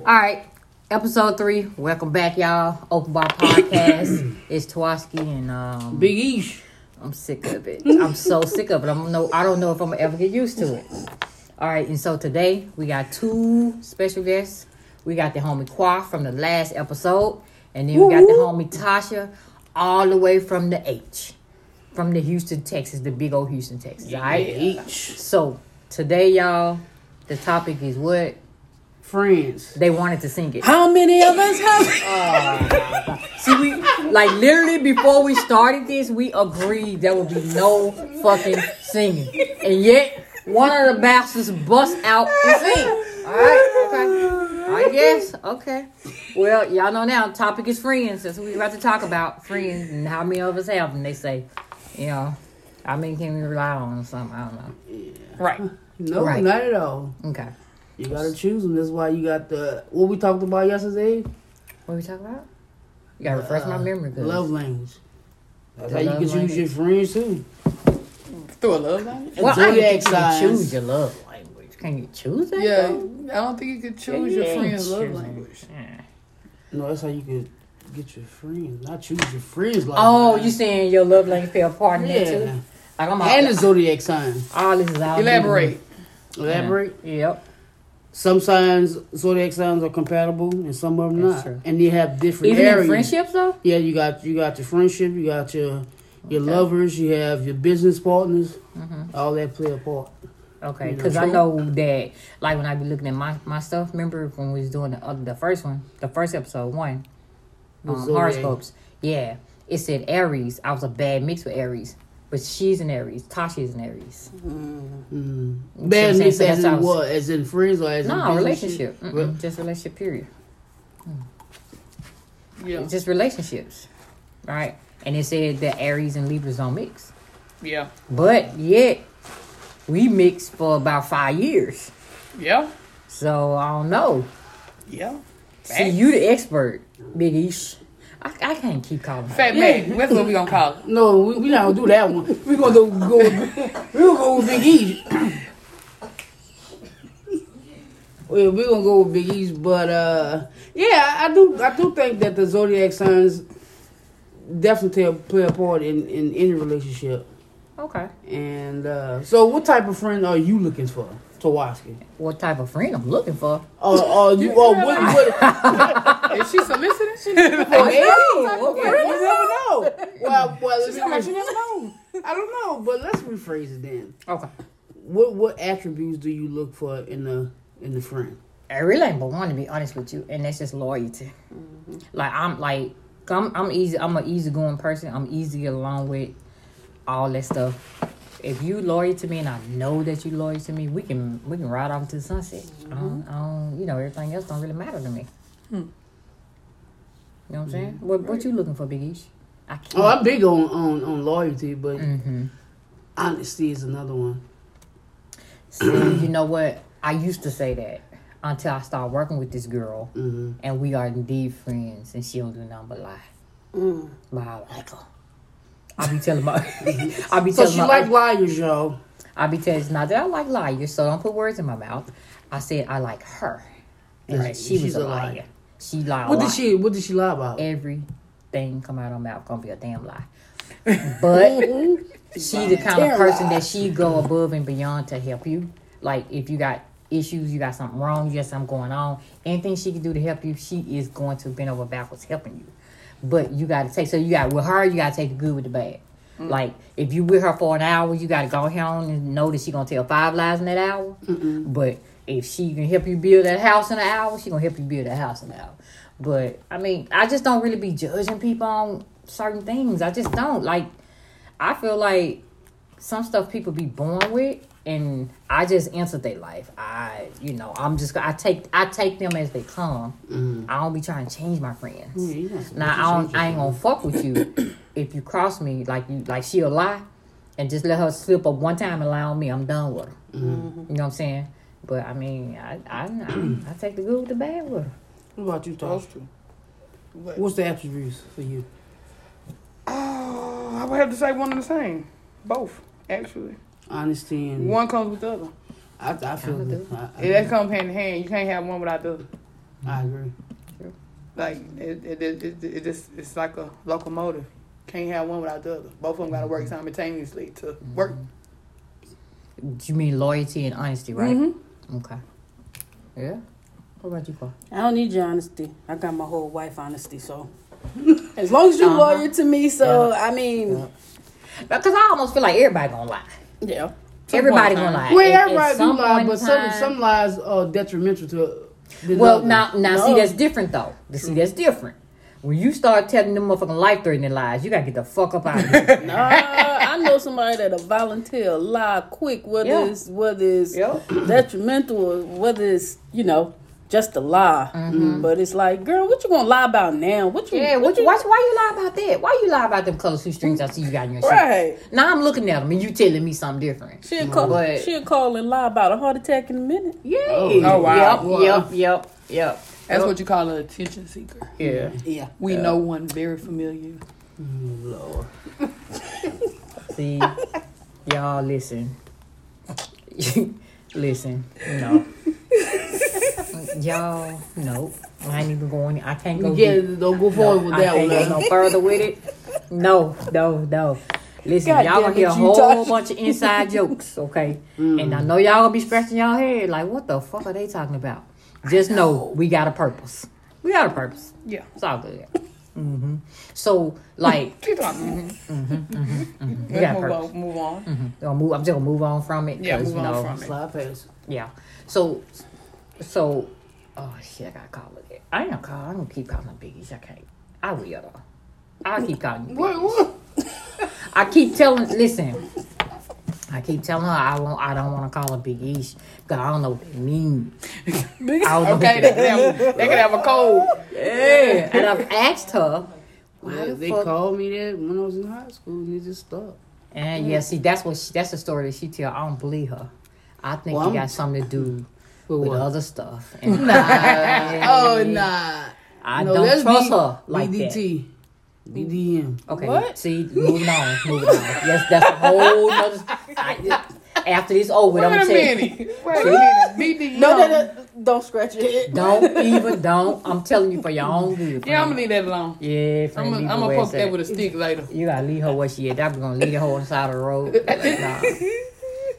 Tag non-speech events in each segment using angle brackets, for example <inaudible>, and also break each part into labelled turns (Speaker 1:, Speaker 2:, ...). Speaker 1: All right, episode three. Welcome back, y'all. Open Bar Podcast. it's Twaski and um,
Speaker 2: Big Eesh.
Speaker 1: I'm sick of it. I'm so sick of it. I'm no. I don't know if I'm gonna ever get used to it. All right, and so today we got two special guests. We got the homie Qua from the last episode, and then we got the homie Tasha, all the way from the H, from the Houston, Texas, the big old Houston, Texas. All right.
Speaker 2: Each.
Speaker 1: So today, y'all, the topic is what
Speaker 2: Friends.
Speaker 1: they wanted to sing it.
Speaker 2: How many of us have?
Speaker 1: See, we like literally before we started this, we agreed there would be no fucking singing, and yet one of the bastards bust out and sing. All right, okay, I guess okay. Well, y'all know now. Topic is friends. That's what we about to talk about friends and how many of us have them. They say, you know, how many can we rely on or something? I don't know.
Speaker 3: Right.
Speaker 2: no,
Speaker 1: Right.
Speaker 2: not at all.
Speaker 1: Okay,
Speaker 2: You gotta choose them. That's why you got the what we talked about yesterday.
Speaker 1: what we talking about? You gotta refresh my
Speaker 2: Uh,
Speaker 1: memory. 'cause-
Speaker 2: Love language. That's
Speaker 1: The
Speaker 2: how you
Speaker 1: love
Speaker 2: can choose
Speaker 1: language.
Speaker 2: your friends too.
Speaker 3: Through a love language?
Speaker 1: Well, I
Speaker 2: Zodiac
Speaker 1: didn't think you can
Speaker 2: signs.
Speaker 1: choose your love language. Can you choose that?
Speaker 3: Yeah. I
Speaker 1: though?
Speaker 3: don't think you could
Speaker 1: Yeah,
Speaker 3: choose
Speaker 1: you
Speaker 3: your
Speaker 1: ain't
Speaker 3: friend's love
Speaker 1: choosing.
Speaker 3: language.
Speaker 1: Yeah.
Speaker 2: No, that's how you could get your friends. Not choose your friends. Like
Speaker 1: Oh, you saying your love language play a part in that
Speaker 2: yeah.
Speaker 1: too? Like I'm all,
Speaker 2: And the zodiac sign.
Speaker 1: all this is all
Speaker 3: Elaborate.
Speaker 2: Elaborate.
Speaker 1: Yep.
Speaker 2: Some signs, zodiac signs, are compatible, and some of them
Speaker 1: That's
Speaker 2: not.
Speaker 1: true.
Speaker 2: And they have different
Speaker 1: Even
Speaker 2: areas.
Speaker 1: in friendships though.
Speaker 2: Yeah, you got you got your friendship, you got your your lovers, you have your business partners.
Speaker 1: Mm-hmm.
Speaker 2: All that play a part.
Speaker 1: Okay,
Speaker 2: You know,
Speaker 1: because I
Speaker 2: true.
Speaker 1: know that like when I be looking at my, my stuff. Remember when we was doing the other, the first one, the first episode one,
Speaker 2: The
Speaker 1: um,
Speaker 2: zodiac.
Speaker 1: horoscopes. Yeah, it said Aries. I was a bad mix with Aries, but she's an Aries. Tasha's an Aries.
Speaker 2: Mm.
Speaker 1: what I'm
Speaker 2: Bad
Speaker 1: saying?
Speaker 2: mix
Speaker 1: So
Speaker 2: as
Speaker 1: that's how
Speaker 2: in
Speaker 1: it's-
Speaker 2: what? As in friends or as in
Speaker 1: No
Speaker 2: business
Speaker 1: relationship,
Speaker 2: shit?
Speaker 1: Mm-mm, just relationship period.
Speaker 3: Yeah.
Speaker 1: It's just relationships, right? And it said that Aries and Libras don't mix,
Speaker 3: Yeah.
Speaker 1: but yet we mixed for about five years.
Speaker 3: Yeah.
Speaker 1: So I don't know.
Speaker 3: Yeah.
Speaker 1: See, you the expert, Big East. I, I can't keep calling. her.
Speaker 3: Fat man. That's what we gonna call it.
Speaker 2: No, we we not gonna do that one. We gonna do, go. We gonna go with Big E. Well, we gonna go with Big E's, but uh, yeah, I I do. I do think that the zodiac signs definitely tell- play a part in in any relationship.
Speaker 1: Okay.
Speaker 2: And uh, so, what type of friend are you looking for, Tawaski?
Speaker 1: What type of friend I'm looking for?
Speaker 2: Or or you or what? what
Speaker 3: <laughs> Is she soliciting? She <laughs> never know.
Speaker 2: maybe.
Speaker 1: what
Speaker 2: Yeah,
Speaker 1: friend?
Speaker 2: <laughs> you never know. Well, well,
Speaker 3: She never
Speaker 2: I
Speaker 3: know.
Speaker 2: don't know, but let's rephrase it then.
Speaker 1: Okay.
Speaker 2: What what attributes do you look for in the in the friend?
Speaker 1: I really ain't but one to be honest with you, and that's just loyalty. Like I'm like I'm I'm easy. I'm an easygoing person. I'm easy to get along with all that stuff. If you loyal to me and I know that you loyal to me, we can we can ride off to the sunset. I, don't, I don't, you know, everything else don't really matter to me. You know what I'm saying? What what you looking for, Big Eesh? I can't.
Speaker 2: Oh, I'm big on on, on loyalty, but
Speaker 1: mm-hmm.
Speaker 2: honesty is another one.
Speaker 1: See, you know what? I used to say that until I started working with this girl,
Speaker 2: Mhm.
Speaker 1: and we are indeed friends, and she don't do nothing but lie.
Speaker 2: Mm.
Speaker 1: But I like her. I be telling my, <laughs> I be
Speaker 2: So
Speaker 1: telling
Speaker 2: she
Speaker 1: my,
Speaker 2: like liars, y'all.
Speaker 1: I be telling. Not that I like liars, so don't put words in my mouth. I said I like her, and
Speaker 2: Right,
Speaker 1: she was
Speaker 2: she's
Speaker 1: a
Speaker 2: a liar.
Speaker 1: liar. She lied. a
Speaker 2: What did
Speaker 1: lot.
Speaker 2: she What did she lie about? <laughs>
Speaker 1: Everything come out of her mouth gonna be a damn lie. But
Speaker 2: Mm-hmm.
Speaker 1: she the kind of person that she go above and beyond to help you. Like if you got issues, you got something wrong, you got something going on, anything she can do to help you, she is going to bend over backwards helping you. But you gotta take so you got with her, you gotta take the good with the bad. Like if you with her for an hour, you gotta go home and know that she gonna tell five lies in that hour. But if she can help you build that house in an hour, she gonna help you build that house in an hour. But I mean, I just don't really be judging people on certain things. I just don't like. I feel like some stuff people be born with, and I just answer their life. I, you know, I'm just I take I take them as they come. I don't be trying to change my friends.
Speaker 2: Yeah, you not supposed to
Speaker 1: Now I,
Speaker 2: change
Speaker 1: don't, I ain't gonna fuck with <coughs> you if you cross me like you like she'll lie, and just let her slip up one time and lie on me. I'm done with her.
Speaker 2: Mm-hmm.
Speaker 3: Mm. Mm-hmm.
Speaker 1: You know what I'm saying? But I mean, I I, <coughs> I, I take the good with the bad with her.
Speaker 2: it. What about you, Tosh?
Speaker 3: Those two. But-
Speaker 2: What's the attributes for you?
Speaker 3: Oh, I would have to say one and the same. Both, actually.
Speaker 2: Honesty and
Speaker 3: One comes with the other.
Speaker 2: I, I feel
Speaker 1: Kinda
Speaker 2: that.
Speaker 1: do.
Speaker 2: I, I,
Speaker 3: If that comes hand in hand, you can't have one without the other.
Speaker 2: I agree.
Speaker 3: Like it, it, it, it, it just, it's like a locomotive. Can't have one without the other. Both of them got to work simultaneously to work.
Speaker 1: You mean loyalty and honesty, right?
Speaker 3: Mhm.
Speaker 1: Okay. Yeah. What about you, Carl?
Speaker 4: I don't need your honesty. I got my whole wife honesty, so <laughs> as long as you're
Speaker 1: Uh-huh.
Speaker 4: loyal to me, so I mean,
Speaker 1: Because I almost feel like everybody gonna lie.
Speaker 4: yeah.
Speaker 3: Some
Speaker 1: everybody
Speaker 3: point in
Speaker 1: gonna
Speaker 3: time.
Speaker 1: lie.
Speaker 2: Well,
Speaker 1: At- at
Speaker 2: everybody do
Speaker 1: some
Speaker 2: lie,
Speaker 1: point
Speaker 2: but
Speaker 1: in
Speaker 2: some
Speaker 1: time-
Speaker 2: some lies are detrimental to. the
Speaker 1: Well,
Speaker 2: other.
Speaker 1: now, now, see,
Speaker 4: No.
Speaker 1: that's different though. See, that's different. When you start telling them motherfucking life threatening lies, you gotta get the fuck up out of <laughs> here.
Speaker 2: <laughs>
Speaker 4: Nah, Uh, I know somebody that'll volunteer, lie quick, whether
Speaker 1: Yeah.
Speaker 4: it's whether it's
Speaker 1: Yep.
Speaker 4: <clears throat> detrimental or whether it's you know just a lie. But it's like, girl, what you gonna lie about now? What you?
Speaker 1: Mm-hmm. Yeah, what you, why, why you lie about that? Why you lie about them color two strings I see you got in your shirt?
Speaker 4: Right.
Speaker 1: Now I'm looking at them and you telling me something different.
Speaker 4: She'll call.
Speaker 1: Mm-hmm. But-
Speaker 4: She'll call and lie about a heart attack in a minute.
Speaker 1: Yeah.
Speaker 3: Oh, wow.
Speaker 1: Yep,
Speaker 3: Wow.
Speaker 1: yep, yep, yep.
Speaker 3: That's what you call an attention seeker.
Speaker 1: Yeah.
Speaker 4: Yeah.
Speaker 3: We know one very familiar.
Speaker 2: Lord.
Speaker 1: See, y'all listen. <laughs> listen, no. y'all, no. I ain't even going. I can't go.
Speaker 2: Yeah,
Speaker 1: deep.
Speaker 2: don't go forward with
Speaker 1: I
Speaker 2: that one.
Speaker 1: can't go no further with it. No, no, no. Listen,
Speaker 4: God
Speaker 1: y'all
Speaker 4: damn
Speaker 1: gonna
Speaker 4: it,
Speaker 1: hear a
Speaker 4: you Mm.
Speaker 1: whole
Speaker 4: touched.
Speaker 1: bunch of inside jokes, okay? And I know y'all gonna be scratching y'all head like, what the fuck are they talking about? Just know we got a purpose. We got a purpose.
Speaker 3: Yeah.
Speaker 1: It's all
Speaker 4: <laughs>
Speaker 1: good. hmm So, like,
Speaker 3: Keep talking.
Speaker 1: we got a
Speaker 3: mm-hmm. Let's move
Speaker 1: purpose.
Speaker 3: on. Move on.
Speaker 1: Gonna move- I'm just gonna move on from it.
Speaker 3: Yeah,
Speaker 1: 'cause,
Speaker 3: move
Speaker 1: you
Speaker 3: on
Speaker 1: know,
Speaker 3: from it.
Speaker 2: Slide past.
Speaker 1: Yeah. So, so, oh shit, I gotta call it. I ain't gonna call. I'm gonna keep calling them biggies. I can't. I will though. I'll keep calling you.
Speaker 3: What?
Speaker 1: biggies.
Speaker 3: what?
Speaker 1: I keep telling. Listen. I keep telling her I won't. I don't want to call her Big East because I don't know what it
Speaker 3: <laughs>
Speaker 1: means. I don't know
Speaker 3: Okay, they
Speaker 1: what
Speaker 3: could, have, they could have a cold.
Speaker 1: it- and I've asked her. Why
Speaker 2: Yeah,
Speaker 1: the
Speaker 2: they
Speaker 1: fuck?
Speaker 2: called me that when I was in high school, and it just stopped.
Speaker 1: And yeah, see, that's what she, that's the story that she tell. I don't believe her. I think
Speaker 2: Well,
Speaker 1: it
Speaker 2: I'm-
Speaker 1: got something to
Speaker 3: <laughs>
Speaker 1: do
Speaker 2: But
Speaker 1: with
Speaker 2: what?
Speaker 1: other stuff. And
Speaker 2: oh nah.
Speaker 1: I
Speaker 2: No,
Speaker 1: don't
Speaker 2: that's
Speaker 1: trust
Speaker 2: B-
Speaker 1: her like that.
Speaker 2: BDT. BDM.
Speaker 1: Okay,
Speaker 4: What?
Speaker 1: see, moving on, moving on. Yes, that's a whole nother. I, after this over, I'm
Speaker 3: Wait
Speaker 1: gonna
Speaker 3: a
Speaker 1: tell you.
Speaker 3: minute. Wait a minute. BD,
Speaker 4: No, no, no, don't scratch your head.
Speaker 1: Don't even don't. I'm telling you for your own good.
Speaker 3: Yeah, I'm
Speaker 1: friend.
Speaker 3: gonna leave that alone.
Speaker 1: Yeah,
Speaker 3: I'm
Speaker 1: friend,
Speaker 3: gonna,
Speaker 1: leave
Speaker 3: I'm
Speaker 1: her
Speaker 3: gonna
Speaker 1: where
Speaker 3: poke
Speaker 1: it's
Speaker 3: that
Speaker 1: at.
Speaker 3: with a stick later.
Speaker 1: You gotta leave her where she at. I'm gonna leave her on the side of the road. Like, nah.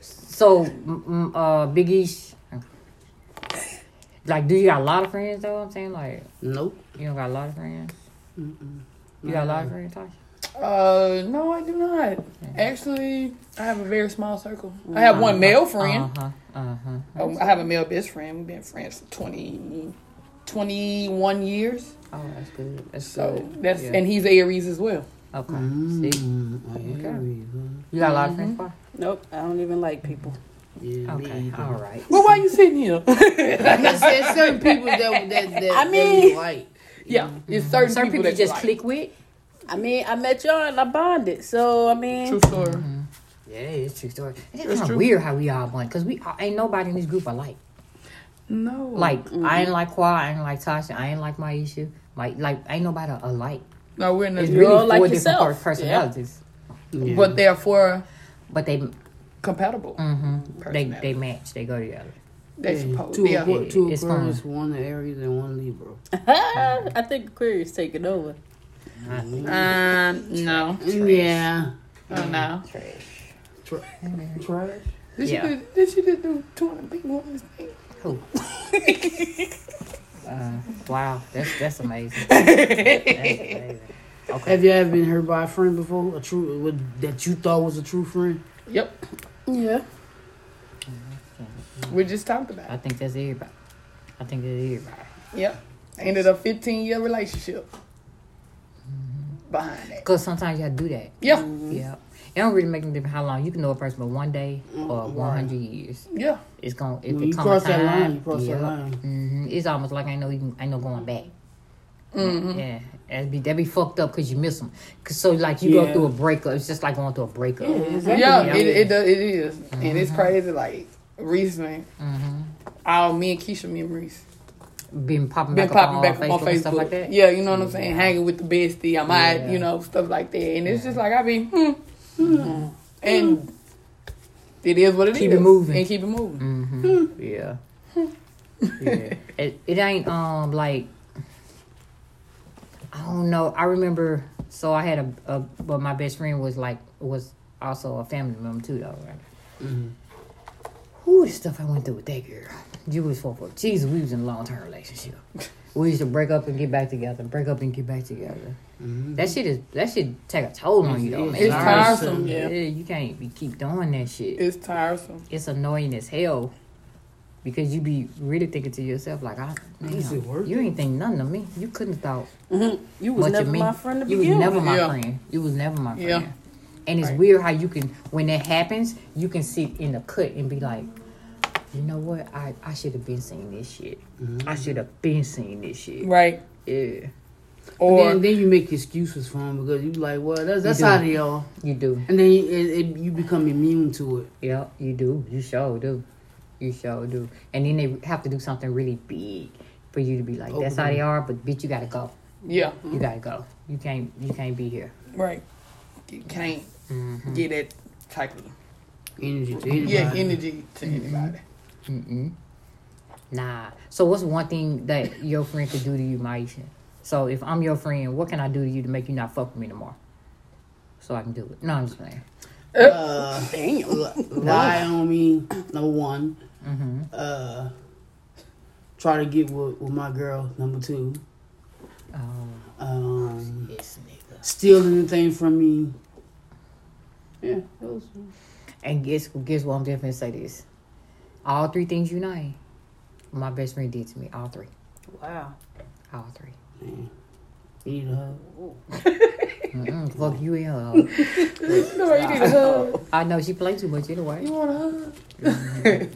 Speaker 1: So, mm, mm, uh, Big East, like, do you got a lot of friends though? I'm saying, like,
Speaker 2: Nope.
Speaker 1: you don't got a lot of friends. You got a lot of friends, Tasha?
Speaker 3: Uh, no, I do not. Actually, I have a very small circle. I have one male friend.
Speaker 1: Uh huh. Uh huh.
Speaker 3: Um, I have a male best friend. We've been friends for 20, 21 years.
Speaker 1: Oh, that's good. That's
Speaker 3: So
Speaker 1: good.
Speaker 3: that's
Speaker 1: Yeah.
Speaker 3: and he's Aries as well.
Speaker 1: okay. See,
Speaker 2: Mm,
Speaker 1: Okay.
Speaker 2: okay.
Speaker 1: you got a lot of friends, Paul?
Speaker 4: Nope, I don't even like people.
Speaker 2: Yeah,
Speaker 1: Okay,
Speaker 2: me either.
Speaker 1: all right.
Speaker 3: Well, why you sitting here?
Speaker 4: <laughs>
Speaker 2: Because there's certain people that
Speaker 1: <laughs>
Speaker 2: that, that
Speaker 4: I
Speaker 2: that
Speaker 4: mean-
Speaker 2: you like.
Speaker 3: yeah,
Speaker 1: Mm-hmm.
Speaker 3: it's certain,
Speaker 1: Certain people, you
Speaker 3: that
Speaker 1: just
Speaker 3: like.
Speaker 1: click with.
Speaker 4: I mean, I met y'all and I bonded, so I mean,
Speaker 3: True story.
Speaker 1: Mm-hmm. Yeah, it's true story. It's, kind of weird how we all blend because we all- ain't nobody in this group I like.
Speaker 3: No,
Speaker 1: Like I
Speaker 2: Mm-hmm.
Speaker 1: ain't like Qua, I ain't like Tasha, I ain't like Maisha. Like like ain't nobody alike.
Speaker 3: no, we're
Speaker 1: It's
Speaker 3: not.
Speaker 1: really
Speaker 4: all
Speaker 1: four
Speaker 4: like
Speaker 1: different
Speaker 4: yourself.
Speaker 1: per- personalities,
Speaker 2: Yeah.
Speaker 3: But they're for
Speaker 1: but they
Speaker 3: compatible.
Speaker 1: mhm, they
Speaker 3: Personality.
Speaker 1: they match. They go together.
Speaker 3: They
Speaker 2: Yeah,
Speaker 3: supposed
Speaker 2: two
Speaker 3: to. Yeah.
Speaker 2: aqua- two
Speaker 1: It's
Speaker 2: Aquarius, one Aries, and one Libra.
Speaker 4: <laughs> I think Aquarius taking over.
Speaker 3: Um, no,
Speaker 2: Yeah.
Speaker 3: oh, no.
Speaker 2: Trash.
Speaker 3: Did
Speaker 1: Yeah.
Speaker 3: she? Do, did she just do two hundred big woman's thing?
Speaker 1: Who? uh, wow, that's that's
Speaker 2: <laughs>
Speaker 1: amazing. That's amazing. Okay.
Speaker 2: Have you ever been hurt by a friend before? A true what- that you thought was a true friend?
Speaker 3: Yep,
Speaker 4: Yeah,
Speaker 3: we just talked about.
Speaker 1: I think that's everybody. I think that's everybody.
Speaker 3: it. Yep, ended a fifteen year relationship behind it.
Speaker 1: Because sometimes y'all do that.
Speaker 3: Yeah,
Speaker 2: Mm-hmm.
Speaker 1: Yeah. It don't really make no difference how long you can know a person, but one day or one hundred years,
Speaker 3: yeah.
Speaker 1: it's gonna if
Speaker 2: Mm, When
Speaker 1: it
Speaker 2: you
Speaker 1: come
Speaker 2: cross
Speaker 1: a
Speaker 2: that
Speaker 1: time,
Speaker 2: line, you cross that
Speaker 1: yeah,
Speaker 2: line.
Speaker 1: hmm it's almost like I know you can, I know going back.
Speaker 3: Mm-hmm.
Speaker 1: Yeah, that be that be fucked up because you miss them. Cause so like you go
Speaker 2: Yeah.
Speaker 1: through a breakup, it's just like going through a breakup.
Speaker 2: exactly.
Speaker 3: Yeah,
Speaker 1: Yeah. Mm-hmm.
Speaker 3: it it, does, it is. and it's crazy. Like recently,
Speaker 1: hmm
Speaker 3: all me and Keisha memories
Speaker 1: Been popping
Speaker 3: been
Speaker 1: back
Speaker 3: popping
Speaker 1: up
Speaker 3: back
Speaker 1: on,
Speaker 3: up
Speaker 1: Facebook and stuff like that. Mm-hmm.
Speaker 3: Yeah, you know what I'm saying. Hanging with the bestie, I might,
Speaker 1: Yeah.
Speaker 3: you know, stuff like that. And it's just like I be, hmm, hmm. and it is what it is.
Speaker 1: Mm-hmm. Keep it moving. Mm-hmm.
Speaker 3: and keep it moving.
Speaker 1: hmm Yeah.
Speaker 2: Yeah.
Speaker 1: It, it ain't um like I don't know. I remember so I had a, a but my best friend was like was also a family member too though, right?
Speaker 2: Mm-hmm.
Speaker 1: Who the stuff I went through with that girl. You was for for Jesus, we was in a long term relationship. We used to break up and get back together, break up and get back together. That shit is that shit take a toll on you though, man.
Speaker 2: Mm-hmm. It's
Speaker 1: All
Speaker 4: tiresome, yeah.
Speaker 1: You can't be keep doing that shit
Speaker 3: It's tiresome.
Speaker 1: it's annoying as hell because you be really thinking to yourself like, I,
Speaker 2: Is it
Speaker 1: damn,
Speaker 2: worth
Speaker 1: you ain't think nothing of me. You couldn't have thought
Speaker 4: Mm-hmm. You was
Speaker 1: much
Speaker 4: never
Speaker 1: of me.
Speaker 4: my friend to
Speaker 1: you was
Speaker 4: begin
Speaker 1: never
Speaker 4: with.
Speaker 1: my
Speaker 3: Yeah.
Speaker 1: friend. You was never my friend.
Speaker 3: Yeah.
Speaker 1: And it's
Speaker 3: Right.
Speaker 1: weird how you can when that happens, you can sit in the cut and be like, you know what? I, I should have been seeing this shit.
Speaker 3: Mm-hmm.
Speaker 1: I should have been seeing this shit.
Speaker 3: Right.
Speaker 1: Yeah.
Speaker 3: Or
Speaker 2: then, then you make excuses for them because you be like, well, that's, that's
Speaker 1: do.
Speaker 2: how they are.
Speaker 1: You do.
Speaker 2: And then you, it, it, you become immune to it.
Speaker 1: Yeah, you do. You sure do. You sure do. And then they have to do something really big for you to be
Speaker 3: Oh,
Speaker 1: like, that's how they are, but bitch you gotta go.
Speaker 3: yeah.
Speaker 1: You gotta go. You can't. You can't be here.
Speaker 3: Right. You can't
Speaker 1: Mm-hmm.
Speaker 3: get that type of
Speaker 2: Energy to anybody.
Speaker 3: yeah energy to
Speaker 1: Mm-hmm.
Speaker 3: anybody.
Speaker 1: Mm-mm. Nah. So what's one thing that your friend could do to you, Maisha? So if I'm your friend, what can I do to you to make you not fuck with me tomorrow? So I can do it. No, I'm just playing.
Speaker 2: Uh,
Speaker 4: Damn.
Speaker 2: li- lie on me, number one.
Speaker 1: Mm-hmm.
Speaker 2: Uh, try to get with, with my girl, number two.
Speaker 1: Oh,
Speaker 2: Um,
Speaker 1: yes, nigga.
Speaker 2: steal anything from me. Yeah, those.
Speaker 1: And guess guess what? I'm just gonna say this. All three things you named, my best friend did to me. All three.
Speaker 4: Wow.
Speaker 1: All three.
Speaker 2: Man, you need a hug.
Speaker 1: Mm-mm, <laughs> fuck you and her.
Speaker 3: No, you need a hug.
Speaker 1: <laughs> I know she played too much anyway.
Speaker 3: You want a hug?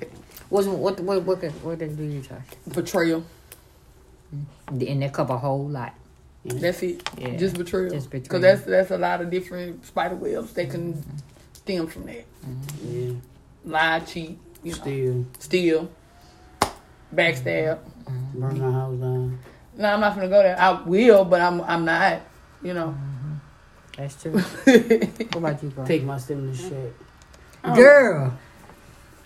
Speaker 1: What's what what what could- what did do you try?
Speaker 3: Betrayal.
Speaker 1: And that cover a whole lot.
Speaker 3: That's it.
Speaker 1: Yeah.
Speaker 3: Just betrayal.
Speaker 1: Just betrayal. Mm-hmm.
Speaker 3: Because that's that's a lot of different spider webs that can stem from that.
Speaker 2: Yeah,
Speaker 3: Lie, cheat, you know,
Speaker 2: steal,
Speaker 3: steal, backstab.
Speaker 1: Mm-hmm.
Speaker 2: burn my house down.
Speaker 3: No, I'm not gonna go there. I will, but I'm I'm not. You know.
Speaker 1: That's <laughs> true. what about you, girl?
Speaker 2: Take my stimulus check.
Speaker 1: Oh. Girl,